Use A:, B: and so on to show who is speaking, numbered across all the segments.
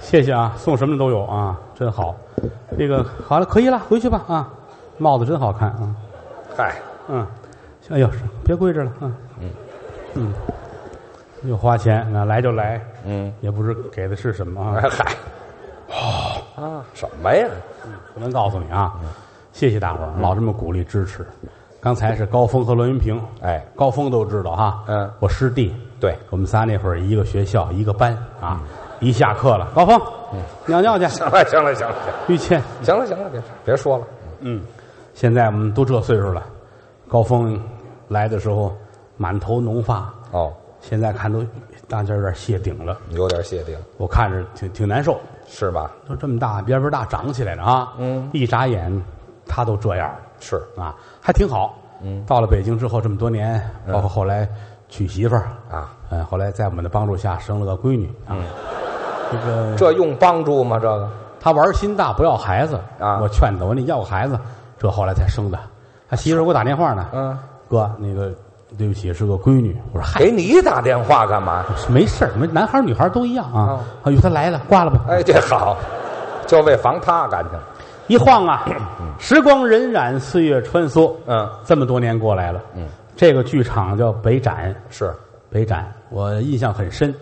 A: 谢谢啊，送什么的都有啊，真好。这个好了，可以了，回去吧啊。帽子真好看啊，
B: 嗨，
A: 嗯，哎呦，别跪着了啊，嗯嗯，又花钱啊，来就来，
B: 嗯，哎
A: 也不知给的是什么啊。
B: 嗨，哦啊，什么呀？
A: 不能告诉你啊，
B: 嗯
A: 谢谢大伙儿老这么鼓励支持。刚才是高峰和栾云平，
B: 哎，
A: 高峰都知道哈，
B: 嗯
A: 我师弟，
B: 对，嗯
A: 我们仨那会儿一个学校一个班啊，一下课了，高峰，尿尿去，
B: 行了，行了，行了，
A: 于谦，
B: 行了，行了，别别说了，
A: 嗯，现在我们都这岁数了，高峰来的时候满头浓发，
B: 哦，
A: 现在看都大家有点谢顶了，
B: 有点谢顶，
A: 我看着挺挺难受，
B: 是吧？
A: 都这么大边边大长起来了啊，嗯，一眨眼他都这样了。
B: 是，
A: 啊，还挺好。嗯，到了北京之后这么多年，包括后来娶媳妇儿
B: 啊，
A: 嗯，后来在我们的帮助下生了个闺女啊。这个
B: 这用帮助吗？这个
A: 他玩心大，不要孩子
B: 啊
A: 我劝他，我说你要个孩子，这后来才生的。他媳妇儿给我打电话呢，
B: 嗯，哎
A: 哥，那个对不起，是个闺女。我说嗨，
B: 给你打电话干嘛？
A: 没事儿，没男孩儿女孩儿都一样啊
B: 哦。
A: 哎呦，他来了，挂了吧。
B: 哎，这好，就为防他感情，
A: 一晃啊，时光荏苒，岁月穿梭，
B: 嗯，
A: 这么多年过来了，嗯，这个剧场叫北展，
B: 是
A: 北展，我印象很深。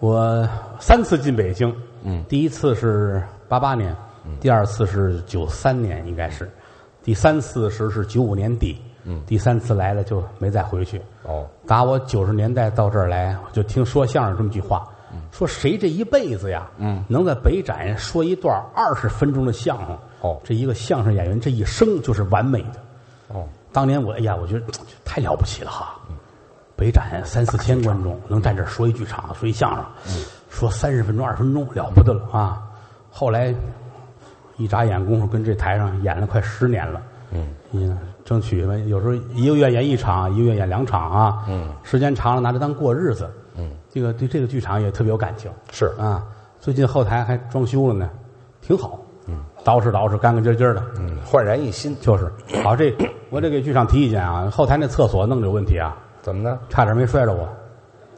A: 我三次进北京。第一次是八八年，第二次是九三年，应该是，第三次时是九五年底。第三次来了就没再回去。
B: 哦，
A: 打我九十年代到这儿来，我就听说相声这么句话，说谁这一辈子呀，能在北展说一段二十分钟的相声，
B: 哦
A: 这一个相声演员这一生就是完美的。
B: 哦，
A: 当年我哎呀，我觉得太了不起了哈！北展三四千观众能站这儿说一剧场，说一相声，说三十分钟、二十分钟，了不得了啊！后来一眨眼功夫，跟这台上演了快十年了。嗯，争取吧，有时候一个月演一场，一个月演两场啊。嗯，时间长了拿它当过日子。嗯，这个对这个剧场也特别有感情。
B: 是
A: 啊，最近后台还装修了呢，挺好。嗯，捯饬捯饬，干干净净的。
B: 嗯，焕然一新，
A: 就是好，这我得给剧场提意见啊。后台那厕所弄着有问题啊，
B: 怎么呢？
A: 差点没摔着我。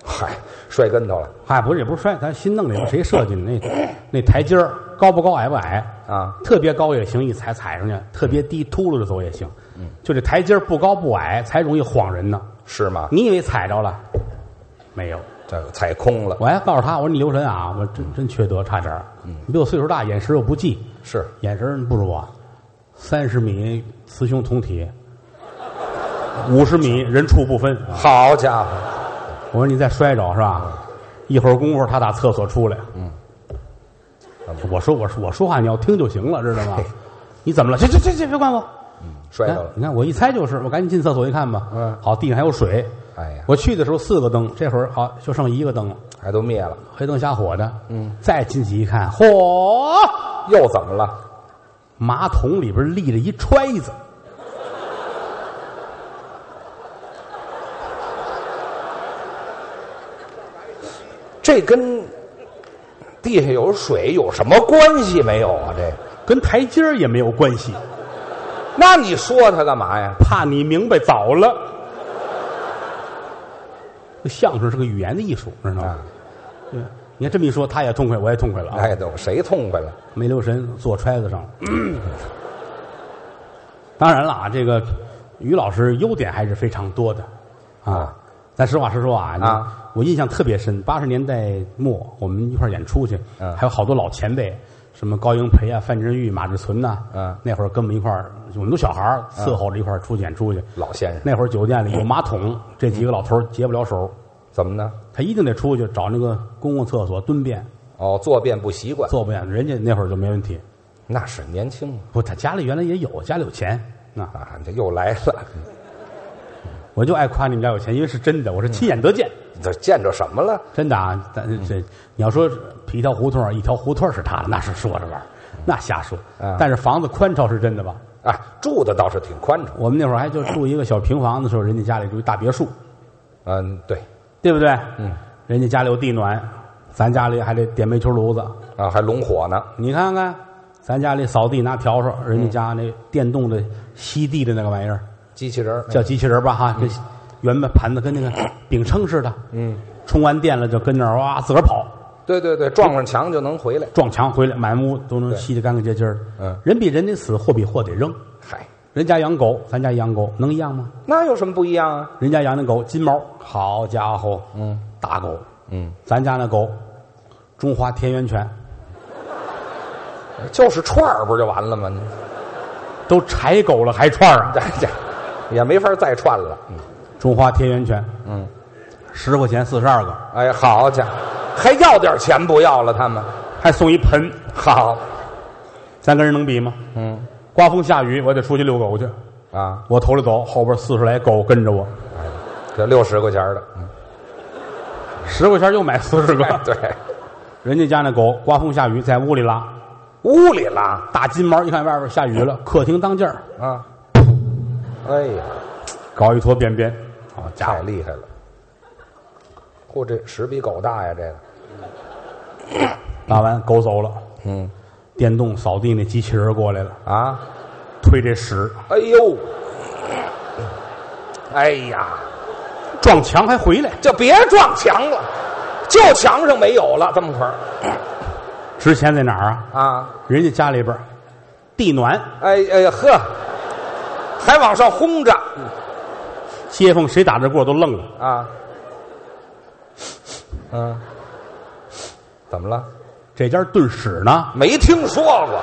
B: 嗨，摔跟头了
A: 嗨，不是也不是摔，咱新弄的，谁设计的？那那台阶儿高不高，矮不矮？
B: 啊？
A: 特别高也行，一踩踩上去；特别低，秃噜着走也行。就这台阶儿不高不矮，才容易晃人呢。
B: 是吗？
A: 你以为踩着了？没有，
B: 这个踩空了，
A: 我还告诉他，我说你留神啊，我真真缺德，差点儿。你比我岁数大，眼神又不济，
B: 是
A: 眼神儿不如我。三十米雌雄同体，五十米人畜不分。
B: 好家伙，
A: 我说你再摔着是吧？一会儿功夫他打厕所出来。嗯，我说我说我说话你要听就行了，知道吗？你怎么了？去去去去，别管我！
B: 摔
A: 哎
B: 着了，
A: 你看我一猜就是，我赶紧进厕所一看吧。
B: 嗯
A: 好，地上还有水。
B: 哎呀，
A: 我去的时候四个灯，这会儿好就剩一个灯了，
B: 还都灭了，
A: 黑灯瞎火的。嗯，再进去一看，嚯，
B: 又怎么了？
A: 马桶里边立着一揣子。
B: 这跟地下有水有什么关系没有啊？这个，
A: 跟台阶儿也没有关系，
B: 那你说他干嘛呀？
A: 怕你明白早了。这相声是个语言的艺术，知道吗
B: 啊？，
A: 对，你看这么一说，他也痛快，我也痛快了啊！
B: 哎，都谁痛快了？
A: 没留神坐揣子上了。 当然了啊，这个于老师优点还是非常多的啊
B: 啊。
A: 咱实话实说啊，
B: 啊
A: 我印象特别深，八十年代末我们一块儿演出去，
B: 嗯
A: 还有好多老前辈，什么高英培啊、范振钰、马志存呐、
B: 嗯
A: 那会儿跟我们一块儿，我们都小孩儿伺候着一块儿出去演出去。
B: 老先生，
A: 那会儿酒店里有马桶，这几个老头儿结不了手，
B: 怎么呢？
A: 他一定得出去找那个公共厕所蹲便，
B: 哦，坐便不习惯，
A: 坐不远，人家那会儿就没问题。
B: 那是年轻嘛
A: 不，他家里原来也有，家里有钱啊。
B: 啊，这又来了，
A: 我就爱夸你们家有钱，因为是真的，我是亲眼得见，
B: 这见着什么了？
A: 真的啊。咱这你要说一条胡同儿，一条胡同儿是他的，那是说着玩儿，那瞎说
B: 啊。
A: 但是房子宽敞是真的吧？
B: 啊，住的倒是挺宽敞，
A: 我们那会儿还就住一个小平房的时候，人家家里住一大别墅，
B: 嗯，对，
A: 对不对？嗯，人家家里有地暖，咱家里还得点煤球炉子。
B: 啊，还拢火呢，
A: 你看看，咱家里扫地拿笤帚，人家家那电动的吸地的那个玩意儿，
B: 机器人儿
A: 叫机器人吧哈，这
B: 嗯
A: 圆盘盘子跟那个饼铛似的，嗯，充完电了就跟那儿哇自个儿跑，
B: 对对对，撞上墙就能回来。
A: 撞墙回来，满屋都能吸得干干净净儿。
B: 嗯
A: 人比人得死，货比货得扔。
B: 嗨，
A: 人家养狗，咱家养狗能一样吗？
B: 那有什么不一样啊？
A: 人家养的狗金毛，好家伙，嗯，大狗，
B: 嗯，
A: 咱家那狗，中华田园犬，
B: 就是串儿不就完了吗？你
A: 都柴狗了还串儿啊？
B: 这这也没法再串了。嗯
A: 中华田园犬，
B: 嗯，
A: 十块钱四十二个，
B: 哎，好家伙，还要点钱不要了？他们
A: 还送一盆，
B: 好，
A: 咱跟人能比吗？
B: 嗯
A: 刮风下雨，我得出去遛狗去，
B: 啊，
A: 我头里走，后边四十来狗跟着我，
B: 这六十块钱的，嗯
A: 十块钱又买四十
B: 哎
A: 个。
B: 对，
A: 人家家那狗刮风下雨在屋里拉，
B: 屋里拉嗯
A: 大金毛一看外边下雨了，客厅当间儿
B: 啊，哎呀，
A: 搞一坨便便，好家
B: 太
A: 伙，
B: 厉害了！嚯，这屎比狗大呀，这个，
A: 拉完狗走了，
B: 嗯
A: 电动扫地那机器人过来了，
B: 啊，
A: 推这屎
B: 哎呦，哎呀，
A: 撞墙还回来。
B: 就别撞墙了，就墙上没有了，这么会儿
A: 值钱在哪儿啊？
B: 啊，
A: 人家家里边儿地暖，
B: 哎哎呀呵，还往上轰着
A: 街坊谁打这过都愣了，
B: 啊，嗯、怎么了？
A: 这家炖屎呢，
B: 没听说过，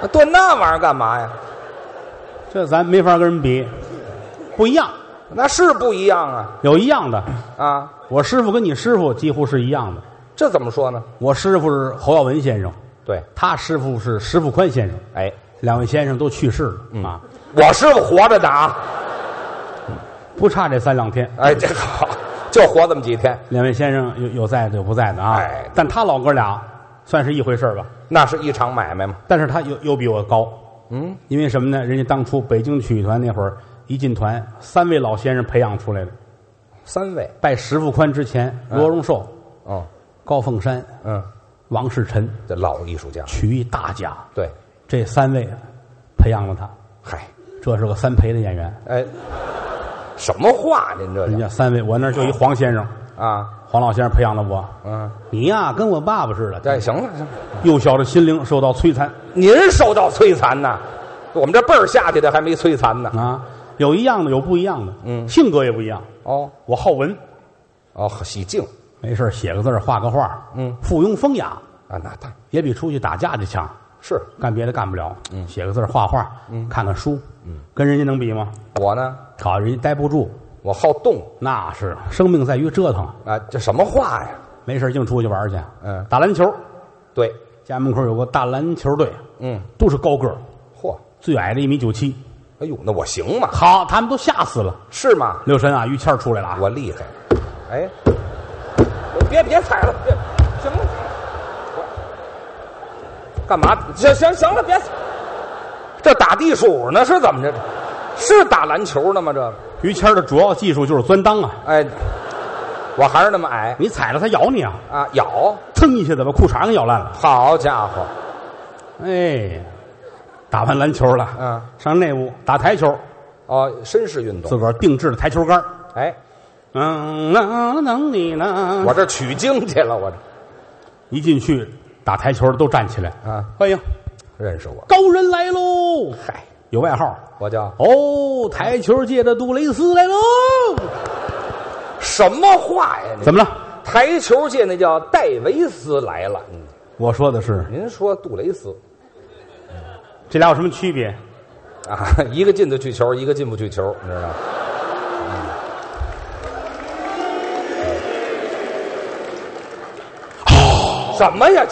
B: 啊炖那玩意儿干嘛呀？
A: 这咱没法跟人比，不一样，
B: 那是不一样啊
A: 有一样的。
B: 啊！
A: 我师傅跟你师傅几乎是一样的，
B: 这怎么说呢？
A: 我师傅是侯耀文先生，
B: 对，
A: 他师傅是石富宽先生，
B: 哎，
A: 两位先生都去世
B: 嗯
A: 了啊，
B: 我师傅活着呢啊！
A: 不差这三两天。
B: 哎，这好，就活这么几天，
A: 两位先生有有在的有不在的啊
B: 哎，
A: 但他老哥俩算是一回事儿吧，
B: 那是一场买卖嘛。
A: 但是他又又比我高，
B: 嗯，
A: 因为什么呢？人家当初北京曲艺团那会儿一进团，三位老先生培养出来的，
B: 三位，
A: 拜石富宽之前，罗荣寿、
B: 嗯
A: 高凤山、
B: 嗯，
A: 王世臣，
B: 这老艺术家，
A: 曲艺大家，
B: 对，
A: 这三位培养了他，
B: 嗨，
A: 这是个三陪的演员。
B: 哎，什么话您这
A: 人
B: 叫
A: 家三位，我那儿就一黄先生，
B: 啊？
A: 黄老先生培养了我。
B: 嗯，
A: 你呀、跟我爸爸似的，
B: 哎，行了行了，
A: 幼小的心灵受到摧残
B: 您受到摧残呐，我们这辈儿下去的还没摧残呢。
A: 啊，有一样的，有不一样的，
B: 嗯
A: 性格也不一样。
B: 哦
A: 我好文，
B: 哦，喜静
A: 没事儿写个字儿画个画儿，
B: 嗯
A: 附庸风雅，
B: 啊，那当
A: 也比出去打架去强。
B: 是
A: 干别的干不了，
B: 嗯
A: 写个字儿画画，看看书，跟人家能比吗？
B: 我呢，
A: 好，人家待不住，
B: 我好动
A: 那是生命在于折腾，
B: 啊，这什么话呀？
A: 没事儿净出去玩儿去。
B: 嗯
A: 打篮球，
B: 对，
A: 家门口有个大篮球队，
B: 嗯，
A: 都是高个儿，
B: 嚯，
A: 最矮的一米九七。
B: 哎呦，那我行吗？
A: 好，他们都吓死了。
B: 是吗？
A: 刘晨啊，于谦儿出来了啊，
B: 我厉害，哎，别别踩了，别行了，我干嘛？行行行了，别踩，这打地鼠呢是怎么着？是打篮球呢吗？这个
A: 于谦儿的主要技术就是钻裆啊，
B: 哎，我还是那么矮
A: 你踩了他咬你啊，
B: 啊，咬，
A: 蹭一下子把裤衩给咬烂了。
B: 好家伙，
A: 哎，打完篮球了，
B: 嗯，
A: 上内屋打台球，
B: 哦，绅士运
A: 自
B: 动，
A: 个儿定制的台球杆儿
B: 哎，
A: 嗯，能能你呢？
B: 我这取经去了，我这
A: 一进去打台球的都站起来，
B: 啊，
A: 欢迎
B: 认识我，
A: 高人来喽！
B: 嗨，
A: 有外号
B: 我叫
A: 哦，台球界的杜蕾斯来喽！
B: 什么话呀？你
A: 怎么了？
B: 台球界那叫戴维斯来了，嗯
A: 我说的是
B: 您说杜蕾斯
A: 这俩有什么区别？
B: 啊， 一个进得去球，一个进不去球，你知道吗？嗯哦，什么呀？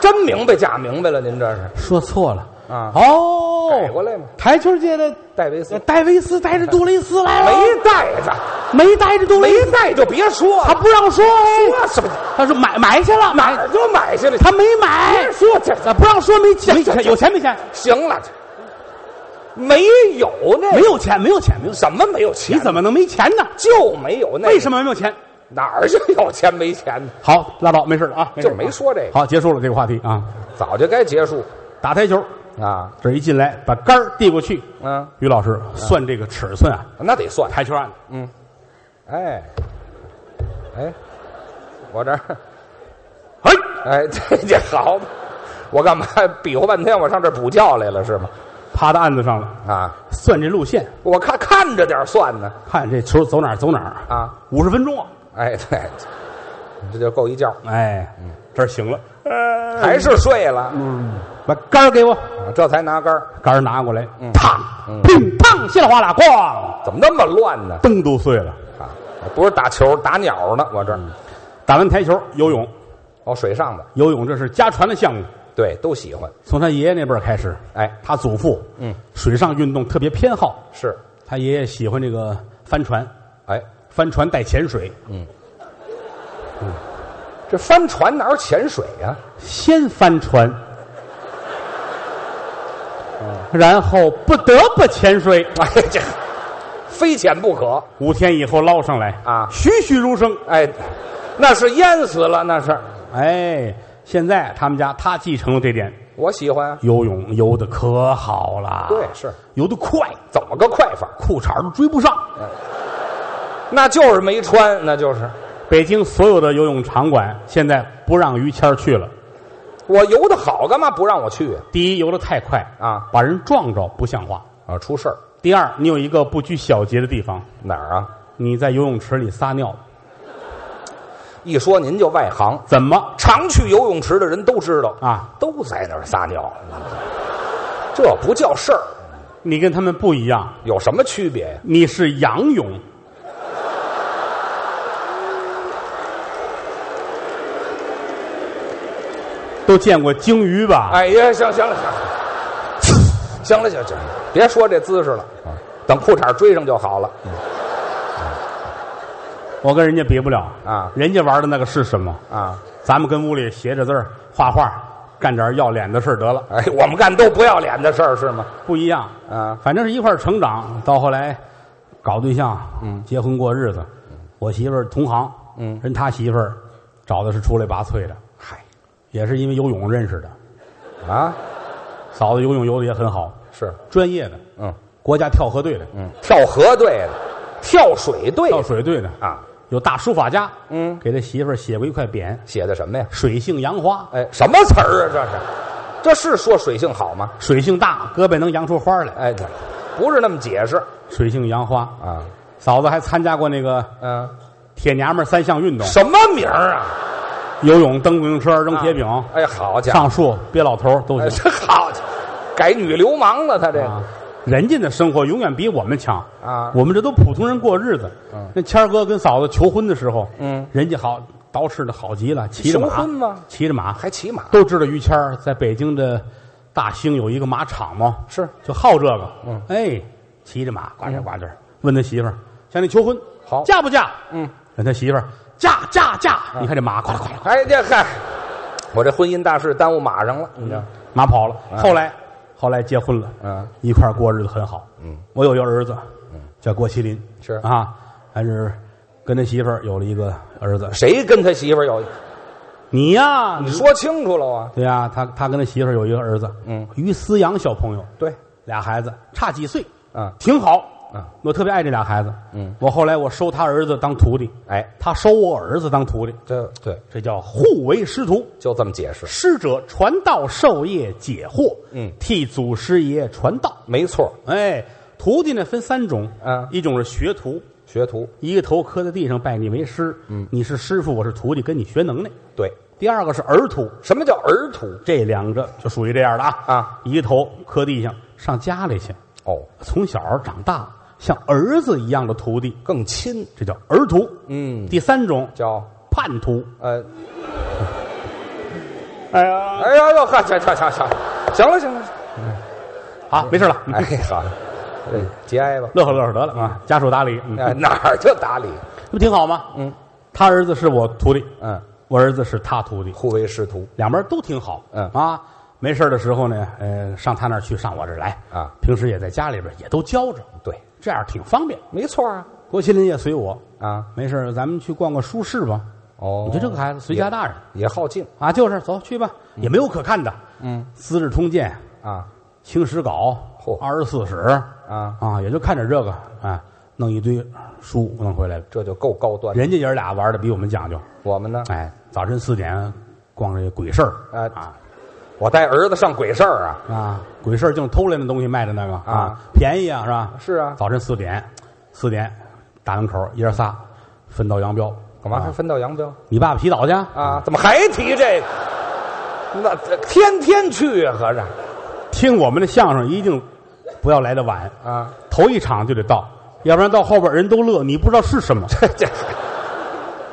B: 真明白假明白了，您这是
A: 说错了
B: 啊
A: 哦，
B: 改过来嘛
A: 台球界的呃
B: 戴维斯
A: 戴维斯带着杜蕾斯来了，
B: 没带着，
A: 没没带着杜蕾
B: 没
A: 斯，
B: 带就别说
A: 他
B: 了，
A: 不让说哎，
B: 说什么
A: 他说买买去了，
B: 哪
A: 买
B: 儿就买下来？
A: 他没买，
B: 别说这
A: 啊不让说没钱，没钱有钱没钱？
B: 行了，没有那
A: 哎没有钱，没有钱，没哎有钱。
B: 什么没有钱，
A: 你怎么能没钱呢？
B: 就没有那
A: 为什么没有钱？
B: 哪儿就有钱没钱呢？
A: 好，拉倒，没事了啊，事
B: 就没说这个
A: 好，结束了这个话题啊。
B: 早就该结束
A: 打台球，
B: 啊，
A: 这一进来把杆儿递过去，
B: 嗯，
A: 于老师算这个尺寸啊，
B: 那得算，
A: 台球案
B: 哎，哎，我这儿，
A: 嗯
B: 嘿，哎，这这好嘛，我干嘛比划半天？我上这儿补觉来了是吗？
A: 趴到案子上了，
B: 啊，
A: 算这路线，
B: 我看看着点儿算呢。
A: 看这球走哪儿走哪儿
B: 啊，
A: 五十分钟啊，
B: 哎，对，这就够一觉，
A: 哎，这儿醒了，呃
B: 还是睡了，
A: 把杆儿给我，
B: 啊这才拿杆儿
A: 杆儿拿过来，嘡，乒乓，稀里哗啦，咣，
B: 怎么那么乱呢？
A: 灯都碎了。
B: 啊，不是打球打鸟呢，我这儿
A: 打完台球，游泳，
B: 哦，水上的，
A: 游泳这是家传的项目，
B: 对，都喜欢。
A: 从他爷爷那辈儿开始，
B: 哎，
A: 他祖父
B: 嗯
A: 水上运动特别偏好，
B: 是，
A: 他爷爷喜欢这个帆船，
B: 哎，
A: 帆船带潜水，
B: 这帆船哪有潜水呀、
A: 先帆船，然后不得不潜水，
B: 哎，这非潜不可。
A: 五天以后捞上来
B: 啊
A: 栩栩如生。
B: 哎，那是淹死了，那是。
A: 哎，现在他们家他继承了这点，
B: 我喜欢啊，
A: 游泳游的可好了，
B: 对，是
A: 游得快，
B: 怎么个快法？
A: 裤衩儿都追不上。
B: 那就是没穿，那就是
A: 北京所有的游泳场馆现在不让于谦儿去了。
B: 我游的好，干嘛不让我去啊？
A: 第一，游得太快
B: 啊，
A: 把人撞着不像话；
B: 啊，出事儿
A: 第二，你有一个不拘小节的地方，
B: 哪儿啊？
A: 你在游泳池里撒尿，
B: 一说您就外行，
A: 怎么
B: 常去游泳池的人都知道，
A: 啊？
B: 都在那儿撒尿，这不叫事儿，
A: 你跟他们不一样，
B: 有什么区别呀？
A: 你是仰泳，都见过鲸鱼吧？
B: 哎呀，行行了，行了，行了，行了行了，别说这姿势了，啊等裤衩追上就好了。
A: 我跟人家比不了
B: 啊
A: 人家玩的那个是什么？
B: 啊，
A: 咱们跟屋里写着字儿、画画，干点要脸的事儿得了，
B: 哎，我们干都不要脸的事儿是吗？
A: 不一样。
B: 啊，
A: 反正是一块儿成长，到后来搞对象，嗯，结婚过日子。我媳妇儿同行，
B: 嗯
A: 人他媳妇儿找的是出类拔萃的，
B: 嗨，
A: 也是因为游泳认识的。
B: 啊，
A: 嫂子游泳游的也很好，
B: 是，
A: 专业的，
B: 嗯
A: 国家跳河队的，
B: 嗯，跳河队的，跳水队
A: 跳
B: 的
A: 水队的，
B: 啊，
A: 有大书法家，
B: 嗯
A: 给他媳妇儿写过一块匾
B: 写的什么呀？
A: “水性杨花
B: 哎，什么词儿啊？这是，这是说水性好吗”，？
A: 水性大，胳膊能扬出花来，
B: 哎，对，不是那么解释
A: 水性杨花。
B: 啊，
A: 嫂子还参加过那个
B: 嗯、
A: 铁娘们儿三项运动：
B: 什么名儿啊？
A: 游泳、蹬自行车、扔铁饼、
B: 哎，好家伙！
A: 上树、憋老头儿都
B: 哎，
A: 行。
B: 这好家伙，改女流氓了，他这
A: 啊，人家的生活永远比我们强
B: 哎啊
A: 我们这都普通人过日子。
B: 嗯
A: 那谦儿哥跟嫂子求婚的时候，
B: 嗯，
A: 人家好捯饬的好极了，骑着马，
B: 求婚吗
A: 骑着马，
B: 还骑马
A: 都知道于谦儿在北京的大兴有一个马场嘛，
B: 是
A: 就好这个。
B: 嗯，
A: 哎，骑着马呱唧呱唧，问他媳妇儿向你求婚，
B: 好
A: 嫁不嫁？
B: 嗯，
A: 问他媳妇儿嫁嫁嫁，你看这马呱啦呱啦，
B: 哎这嗨，我这婚姻大事耽误马上了，你知道？
A: 马跑了。后来后来结婚了，
B: 嗯，
A: 一块儿过日子很好。
B: 嗯，
A: 我有一个儿子，叫郭麒麟，
B: 是
A: 啊，还是跟他媳妇儿有了一个儿子。
B: 谁跟他媳妇儿有？
A: 你呀，
B: 你说清楚了啊！
A: 对呀，他他跟他媳妇儿有一个儿子，
B: 嗯，
A: 于思阳小朋友，
B: 对，
A: 俩孩子差几岁，
B: 嗯
A: 挺好。
B: 嗯，
A: 我特别爱这俩孩子。
B: 嗯，
A: 我后来我收他儿子当徒弟，
B: 哎，
A: 他收我儿子当徒弟，
B: 这对，
A: 这叫互为师徒。
B: 就这么解释，
A: 师者，传道授业解惑，
B: 嗯
A: 替祖师爷传道。
B: 没错。
A: 哎，徒弟呢分三种，
B: 嗯
A: 一种是学徒，
B: 学徒
A: 一个头磕在地上拜你为师，嗯，你是师傅，我是徒弟，跟你学能耐。
B: 对，
A: 第二个是儿徒，
B: 什么叫儿徒？
A: 这两个就属于这样的啊
B: 啊，
A: 一个头磕地上上家里去，
B: 哦，
A: 从小长大像儿子一样的徒弟，
B: 更亲，
A: 这叫儿徒。
B: 嗯，
A: 第三种叫
B: 叫
A: 叛徒，
B: 呃，
A: 哎呀，
B: 哎呀呦呵，行行行行，行了行了，
A: 好，没事了，
B: 哎好，哎节哀吧，
A: 乐呵乐呵得了啊，家属打理，嗯，
B: 哎哪儿就打理，
A: 这不挺好吗？
B: 嗯，
A: 他儿子是我徒弟，
B: 嗯，
A: 我儿子是他徒弟，
B: 互为师徒，
A: 两边都挺好。
B: 嗯
A: 啊，没事儿的时候呢，呃，上他那儿去，上我这儿来
B: 啊。
A: 平时也在家里边也都教着，
B: 对，
A: 这样挺方便。
B: 没错啊
A: 郭麒麟也随我，
B: 啊，
A: 没事儿咱们去逛逛书市吧。
B: 哦
A: 你说这个孩子随家大人
B: 也好静
A: 啊，就是走去吧，也没有可看的。嗯，《资治通鉴》《
B: 啊
A: 清史稿》
B: 嚯
A: 二十四史》
B: 啊，
A: 啊，也就看点这个啊。弄一堆书弄回来了。
B: 这就够高端的。
A: 人家爷儿俩玩的比我们讲究，
B: 我们呢？
A: 哎，早晨四点逛这鬼市儿
B: 啊
A: 啊
B: 我带儿子上鬼市儿啊。
A: 啊，鬼市儿净偷来那东西卖的那个
B: 啊，
A: 便宜啊，是吧？
B: 是啊，
A: 早晨四点，四点大门口爷儿仨分道扬镳，
B: 干嘛还
A: 啊
B: 分道扬镳
A: 你爸爸洗澡去
B: 啊？怎么还提这个？那这天天去啊，合着
A: 听我们的相声一定不要来的晚，
B: 啊，
A: 头一场就得到，要不然到后边人都乐，你不知道是什么。
B: 这这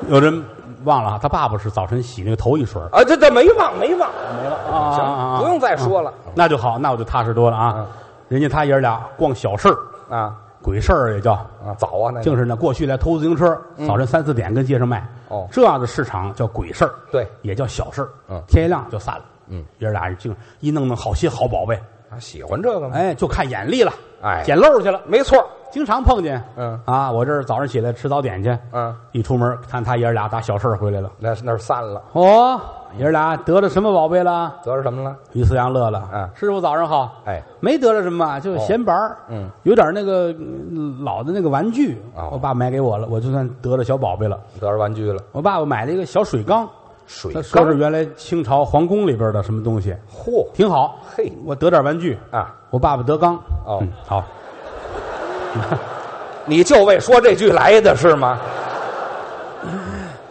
A: 有人忘了啊，他爸爸是早晨洗那个头一水儿
B: 啊，这这没忘没忘，
A: 没了啊
B: 行，不用再说了
A: 那就好，那我就踏实多了啊
B: 嗯。
A: 人家他爷儿俩逛小市儿
B: 啊
A: 鬼市儿也叫，
B: 啊，早啊，那
A: 净是呢。过去来偷自行车，早晨三四点跟街上卖。
B: 嗯哦
A: 这样的市场叫鬼市儿，
B: 对
A: 也叫小市儿。
B: 嗯
A: 天一亮就散了。
B: 嗯，
A: 爷儿俩净一弄弄好些好宝贝，
B: 啊，喜欢这个吗？
A: 哎，就看眼力了，
B: 哎
A: 捡漏去了，
B: 没错，
A: 经常碰见。
B: 嗯
A: 啊，我这儿早上起来吃早点去，
B: 嗯，
A: 一出门看他爷儿俩打小市儿回来了。
B: 那是那是散了，
A: 哦，爷儿俩得了什么宝贝了？
B: 得着什么了？
A: 于四阳乐了，
B: 嗯
A: 师傅早上好。
B: 哎，
A: 没得了什么啊，就是
B: 哦
A: 闲玩儿，
B: 嗯，
A: 有点那个嗯老的那个玩具，
B: 哦
A: 我爸买给我了，我就算得了小宝贝了。
B: 得着玩具了，
A: 我爸爸买了一个小水缸，
B: 水
A: 他说
B: 缸
A: 是原来清朝皇宫里边的什么东西，
B: 嚯
A: 挺好。
B: 嘿
A: 我得点玩具，
B: 啊！
A: 我爸爸得缸。
B: 哦
A: 嗯好，
B: 你就为说这句来的是吗？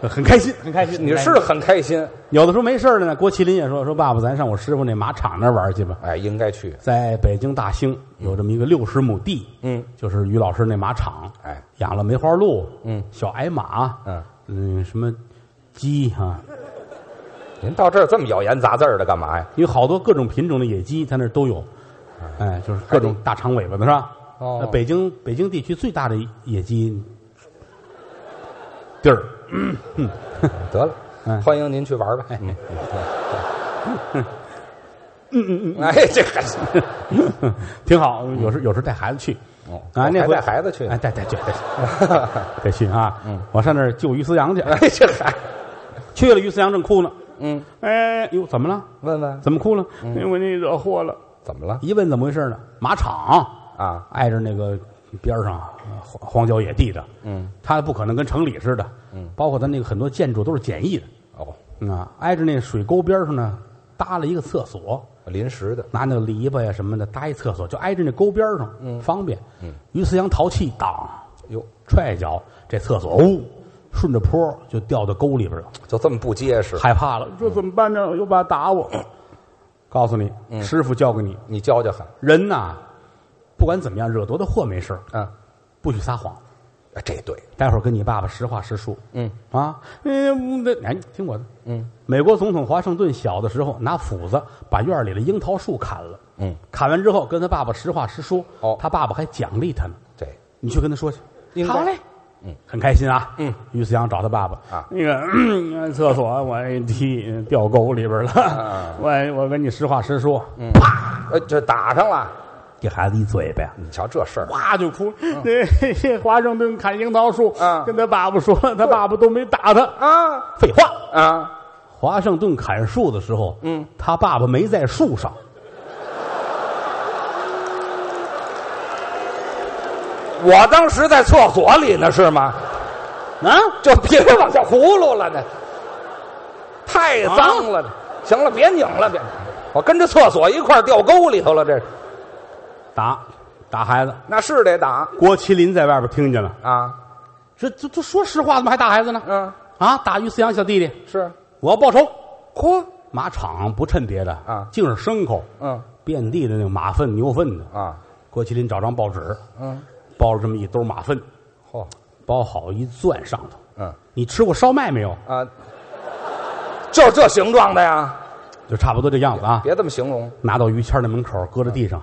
A: 很开心，很开心。
B: 你
A: 很开心
B: 是很开心，
A: 有的时候没事儿了呢，郭麒麟也说说爸爸，咱上我师傅那马场那儿玩儿去吧。
B: 哎，应该去，
A: 在北京大兴有这么一个六十亩地，
B: 嗯，
A: 就是于老师那马场，
B: 哎，
A: 养了梅花鹿，
B: 嗯
A: 小矮马，
B: 嗯
A: 嗯，什么鸡啊，
B: 您到这儿这么咬言杂字儿的干嘛呀？
A: 有好多各种品种的野鸡，在那儿都有，哎，就是各种大长尾巴的是吧？
B: 嗯
A: 呃
B: 哦
A: 那北京北京地区最大的野鸡地儿，
B: 得了，
A: 嗯
B: 欢迎您去玩吧。
A: 哎
B: 嗯，嗯 嗯，哎，这还是
A: 挺好。有时有时带孩子去，
B: 哦
A: 啊，
B: 我
A: 那
B: 还
A: 回
B: 带孩子嗯去呢
A: 哎，带带去带 去得去啊！嗯，我上那儿救于思阳去，
B: 哎，这还
A: 去了于思阳正哭呢，
B: 嗯，
A: 哎呦，怎么了？
B: 问问
A: 怎么哭了？因为你惹祸了。
B: 怎么了
A: 嗯一问怎么回事呢？马场
B: 啊？
A: 挨着那个边儿上呃荒荒郊野地的，
B: 嗯，
A: 它不可能跟城里似的，嗯，包括它那个很多建筑都是简易的，
B: 哦，
A: 嗯啊，挨着那水沟边上呢搭了一个厕所，
B: 临时的，
A: 拿那个篱笆呀什么的搭一厕所，就挨着那沟边上，嗯，方便。嗯，于四阳淘气，当
B: 哟，
A: 踹一脚，这厕所呜顺着坡就掉到沟里边了，
B: 就这么不结实，
A: 害怕了，这怎么办呢？又爸打我。嗯告诉你，师傅教给你，
B: 你教教喊
A: 人呐，不管怎么样，惹多大祸没事儿
B: 啊？
A: 不许撒谎。
B: 哎这对，
A: 待会儿跟你爸爸实话实说。
B: 嗯
A: 啊，嗯，那哎，听我的。
B: 嗯
A: 美国总统华盛顿小的时候拿斧子把院里的樱桃树砍了，
B: 嗯，
A: 砍完之后跟他爸爸实话实说。
B: 哦
A: 他爸爸还奖励他呢。
B: 这
A: 你去跟他说去。
B: 应该
A: 好嘞。嗯，很开心啊。
B: 嗯，
A: 于思阳找他爸爸
B: 啊
A: 那个 咳厕所我踢掉沟里边了，
B: 啊
A: 我我跟你实话实说，
B: 呃这打上了，
A: 给孩子一嘴巴呀。
B: 你瞧这事儿，
A: 哇就哭。那华盛顿砍樱桃树，
B: 啊
A: 跟他爸爸说，他爸爸都没打他。
B: 啊
A: 废话，
B: 啊，
A: 华盛顿砍树的时候，
B: 嗯，
A: 他爸爸没在树上，
B: 我当时在厕所里呢，是吗？
A: 啊，
B: 就别往下葫芦了，这太脏了。这行了，别拧了，别，我跟着厕所一块儿掉沟里头了。这
A: 打打孩子。
B: 那是得打
A: 郭麒麟在外边听见了，
B: 啊，
A: 这这这说实话，怎么还打孩子呢？
B: 嗯，
A: 啊，打于思阳小弟弟，
B: 是，
A: 我要报仇。
B: 嚯，
A: 马场不趁别的
B: 啊
A: 净是牲口，
B: 嗯
A: 遍地的那个马粪、牛粪的。
B: 啊，
A: 郭麒麟找张报纸，
B: 嗯，
A: 包了这么一兜马粪，
B: 嚯，
A: 包好一攥上头。
B: 嗯
A: 你吃过烧麦没有？
B: 啊，就这形状的呀，
A: 就差不多这样子啊。
B: 别这么形容。
A: 拿到于谦儿那门口，搁在地上，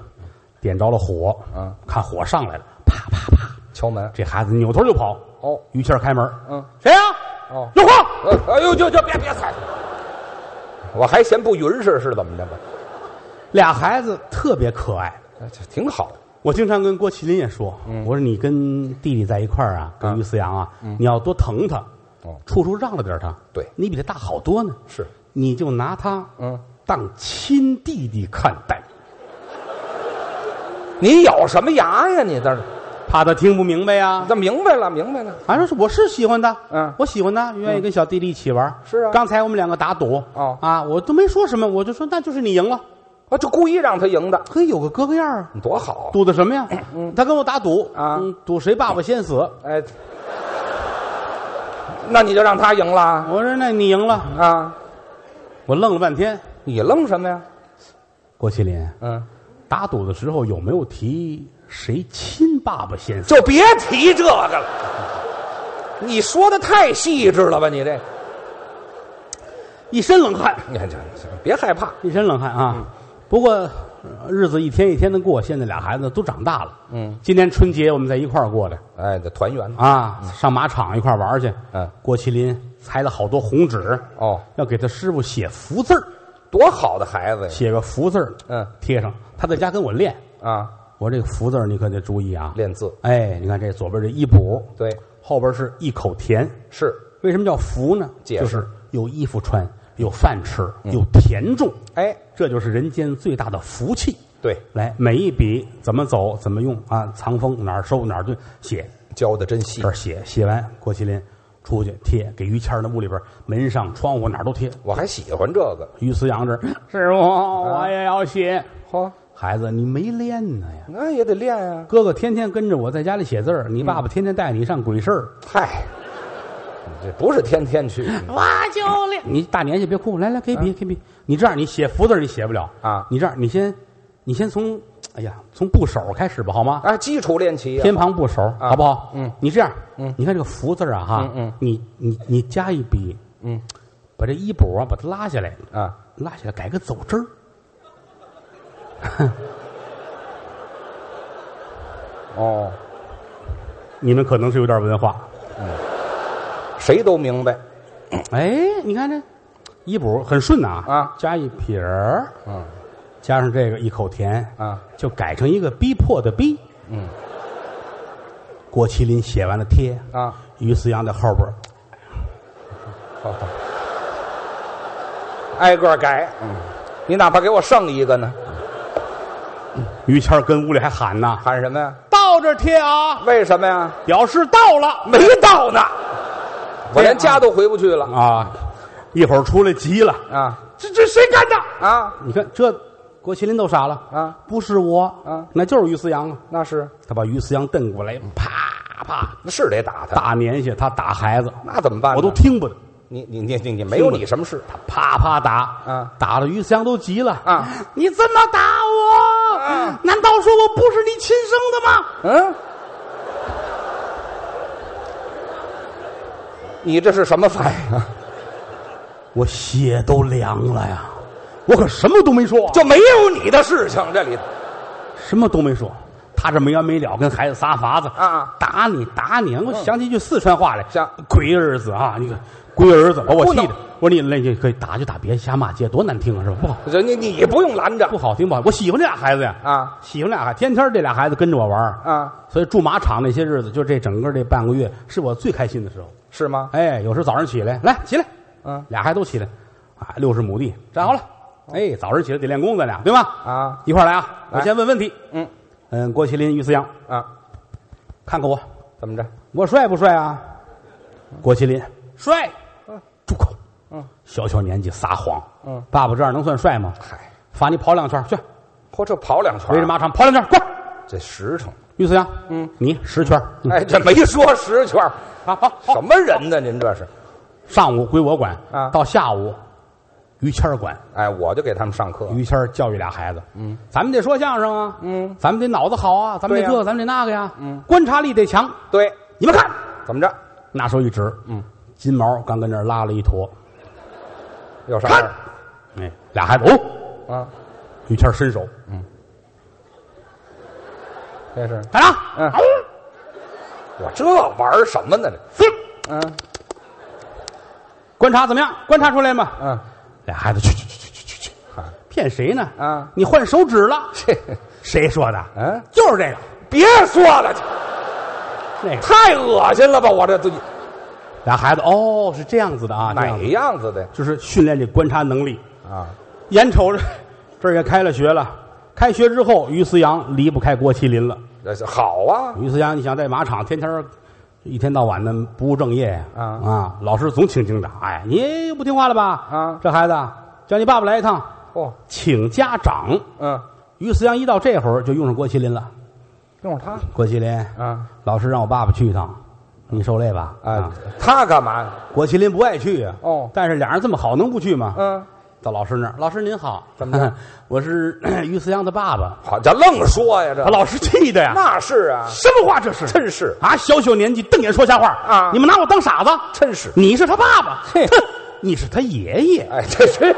A: 点着了火，
B: 嗯，
A: 看火上来了，啪啪啪，
B: 敲门，
A: 这孩子扭头就跑。
B: 哦
A: 于谦儿开门，
B: 嗯，
A: 谁呀、
B: 哦
A: 有话，
B: 呃哎呦，就就别别踩，我还嫌不匀实是怎么着吧？
A: 俩孩子特别可爱。
B: 哎这挺好，
A: 我经常跟郭麒麟也说，
B: 嗯
A: 我说你跟弟弟在一块儿啊，跟于思阳啊，你要多疼他，
B: 哦
A: 处处让着点他。
B: 对
A: 你比他大好多呢，
B: 是，
A: 你就拿他
B: 嗯，
A: 当亲弟弟看待。
B: 你咬什么牙呀？你在这儿
A: 啪怕他听不明白呀。
B: 那明白了，明白了。
A: 反正是我是喜欢他，
B: 嗯
A: 我喜欢他，愿意跟小弟弟一起玩。
B: 是啊
A: 刚才我们两个打赌，
B: 哦
A: 啊，我都没说什么，我就说那就是你赢了，
B: 啊，就故意让他赢的，
A: 可以有个哥哥样儿啊。嗯
B: 多好！
A: 赌的什么呀？他跟我打赌
B: 啊
A: 嗯赌谁爸爸先死。
B: 哎，那你就让他赢了
A: 我说那你赢了，
B: 啊？
A: 我愣了半天。
B: 你愣什么呀？
A: 郭麒麟，
B: 嗯，
A: 打赌的时候有没有提谁亲爸爸先死？
B: 就别提这个了。你说的太细致了吧？你这，
A: 一身冷汗，
B: 你看这，这哎别害怕。
A: 一身冷汗啊！不过呃日子一天一天的过，现在俩孩子都长大了。
B: 嗯，
A: 今年春节我们在一块儿过的
B: 哎，这团圆
A: 啊，上马场一块儿玩儿去。
B: 嗯，
A: 郭麒麟裁了好多红纸，
B: 哦，
A: 要给他师傅写福字儿，
B: 多好的孩子呀！
A: 写个福字儿，
B: 嗯
A: 贴上。他在家跟我练，
B: 啊，
A: 我这个福字儿你可得注意啊。
B: 练字
A: 哎，你看这左边这一补，
B: 对
A: 后边是一口甜。
B: 是。
A: 为什么叫福呢？
B: 解
A: 就
B: 释嗯
A: 是有衣服穿，有饭吃，有田种，
B: 哎，
A: 这就是人间最大的福气。
B: 对，
A: 来，每一笔怎么走，怎么用啊？藏风哪儿收哪儿对，写
B: 教的真细
A: 这。儿写，写完郭麒麟出去贴给于谦儿那屋里边门上、窗户哪儿都贴。
B: 我还喜欢这个。
A: 于思阳这儿师傅，我也要写。
B: 嚯，
A: 孩子，你没练呢呀？
B: 那也得练啊。
A: 哥哥天天跟着我在家里写字儿，你爸爸天天带你上鬼市儿。
B: 嗨，这不是天天 去。
A: 我就练。嗯你大年纪别哭，来来给笔给笔。你这样你写福字儿你写不了
B: 啊
A: 你这样你先，你先从，哎呀，从部首开始吧，好吗？
B: 啊，基础练习呀、
A: 偏旁部首，好不好？
B: 嗯，
A: 你这样，嗯，你看这个福字儿啊，哈
B: 嗯，嗯
A: 你你你加一笔，
B: 嗯，
A: 把这衣补啊，把它拉下来，
B: 啊，
A: 拉下来改个走之儿，
B: 哦，
A: 你们可能是有点文化。
B: 谁都明白。
A: 哎，你看这衣补很顺呐，
B: 啊
A: 加一撇儿，
B: 嗯
A: 加上这个一口甜，
B: 啊，
A: 就改成一个逼迫的逼。
B: 嗯
A: 郭麒麟写完了贴，
B: 啊，
A: 于思阳在后边儿
B: 好好，挨个改。嗯，你哪怕给我剩一个呢，
A: 于谦儿跟屋里还喊呢
B: 喊什么呀？：“
A: 到这儿贴啊，
B: 为什么呀？
A: 表示到了
B: 没到呢，我连家都回不去了
A: 啊！”一会儿出来急了，
B: 啊
A: 这这谁干的？
B: 啊！
A: 你看这郭麒麟都傻了
B: 啊！
A: 不是我
B: 啊，
A: 那就是于思阳啊！
B: 那是
A: 他把于思阳瞪过来，啪啪
B: 那是得打他，
A: 大年下他打孩子，
B: 那怎么办呢？
A: 我都听不得，
B: 你你你你你没有你什么事
A: 他啪啪打，
B: 啊
A: 打的于思阳都急了
B: 啊！
A: 你这么打我，
B: 啊
A: 难道说我不是你亲生的吗？
B: 嗯，你这是什么反应？啊
A: 我血都凉了呀！我可什么都没说啊，
B: 就没有你的事情这里头
A: 什么都没说。他这没完没了跟孩子撒法子
B: 啊，嗯
A: 打你打你！我想起一句四川话来，
B: 像
A: 龟儿子啊，你个龟儿子，把我气
B: 不
A: 的
B: 能。
A: 我说你那你可以打就打，别瞎骂街，多难听啊，是吧？不好，
B: 人家你不用拦着
A: 不好听不好。我喜欢这俩孩子呀，
B: 啊
A: 喜欢俩孩子，天天这俩孩子跟着我玩儿。
B: 啊，
A: 所以驻马场那些日子，就这整个这半个月，是我最开心的时候。
B: 是吗？
A: 哎，有时早上起来，来起来，
B: 嗯
A: 俩孩子都起来，啊，六十亩地站好了。哎，早上起来得练功，咱俩对吧？
B: 啊，
A: 一块儿来啊！我
B: 来
A: 先问问题。
B: 嗯
A: 嗯，郭麒麟、于思阳，
B: 啊，
A: 看看我，
B: 怎么着？
A: 我帅不帅啊？郭麒麟帅，住口！
B: 嗯，
A: 小小年纪撒谎。
B: 嗯，
A: 爸爸这样能算帅吗？
B: 嗨，
A: 罚你跑两圈去，
B: 嚯，这跑两圈，
A: 围着？马场跑两圈，滚！
B: 这实诚，
A: 于思阳，
B: 嗯，
A: 你十圈。嗯，
B: 哎，这没说十圈，
A: 好好好
B: 什。么人呢？您这是？
A: 上午归我管，
B: 啊
A: 到下午于谦儿管。
B: 哎，我就给他们上课，
A: 于谦儿教育俩孩子，嗯，咱们得说相声啊，
B: 嗯，
A: 咱们得脑子好啊，咱们得
B: 对呀
A: 这个，咱们得那个呀，嗯，观察力得强。
B: 对，
A: 你们看，
B: 怎么着？
A: 拿手一指，嗯，金毛刚跟那儿拉了一坨，
B: 有啥
A: 看
B: 事儿？
A: 哎，俩孩子哦，
B: 啊？
A: 于谦儿伸手
B: 这是
A: 干啥？
B: 嗯
A: 嗷
B: 我这玩儿什么呢？这，
A: 滋
B: 嗯
A: 观察怎么样？观察出来吗？
B: 嗯，
A: 俩孩子去去去去去去，
B: 啊
A: 骗谁呢？
B: 啊
A: 你换手指了？
B: 这，
A: 谁说的？
B: 嗯，
A: 就是这个，
B: 别说了，这
A: 那个
B: 太恶心了吧！我这都
A: 俩孩子哦，是这样子的啊，这
B: 哪
A: 样子
B: 样子的
A: 就是训练这观察能力。
B: 啊？
A: 眼瞅着这儿也开了学了，开开学之后，于思阳离不开郭麒麟了。
B: 那是好啊，
A: 于思阳，你想在马场天天儿一天到晚的不务正业呀、
B: 啊
A: 啊，老师总请警长，哎，你又不听话了吧？
B: 啊
A: 这孩子叫你爸爸来一趟，
B: 哦，
A: 请家长。
B: 嗯，
A: 于思阳一到这会儿就用上郭麒麟了。
B: 用他
A: 郭麒麟，
B: 啊
A: 老师让我爸爸去一趟，你受累吧？
B: 啊，他干嘛呀？
A: 郭麒麟不爱去啊。
B: 哦
A: 但是俩人这么好，能不去吗？
B: 嗯，
A: 到老师那儿，老师您好，
B: 怎么着？
A: 我是 于思阳的爸爸。
B: 好，这愣说呀，这
A: 把啊老师气的呀，
B: 那是啊，
A: 什么话这是？
B: 真是
A: 啊，小小年纪瞪眼说瞎话
B: 啊
A: 你们拿我当傻子？
B: 真是
A: 你是他爸爸，
B: 嘿
A: 哼，你是他爷爷。
B: 哎，这是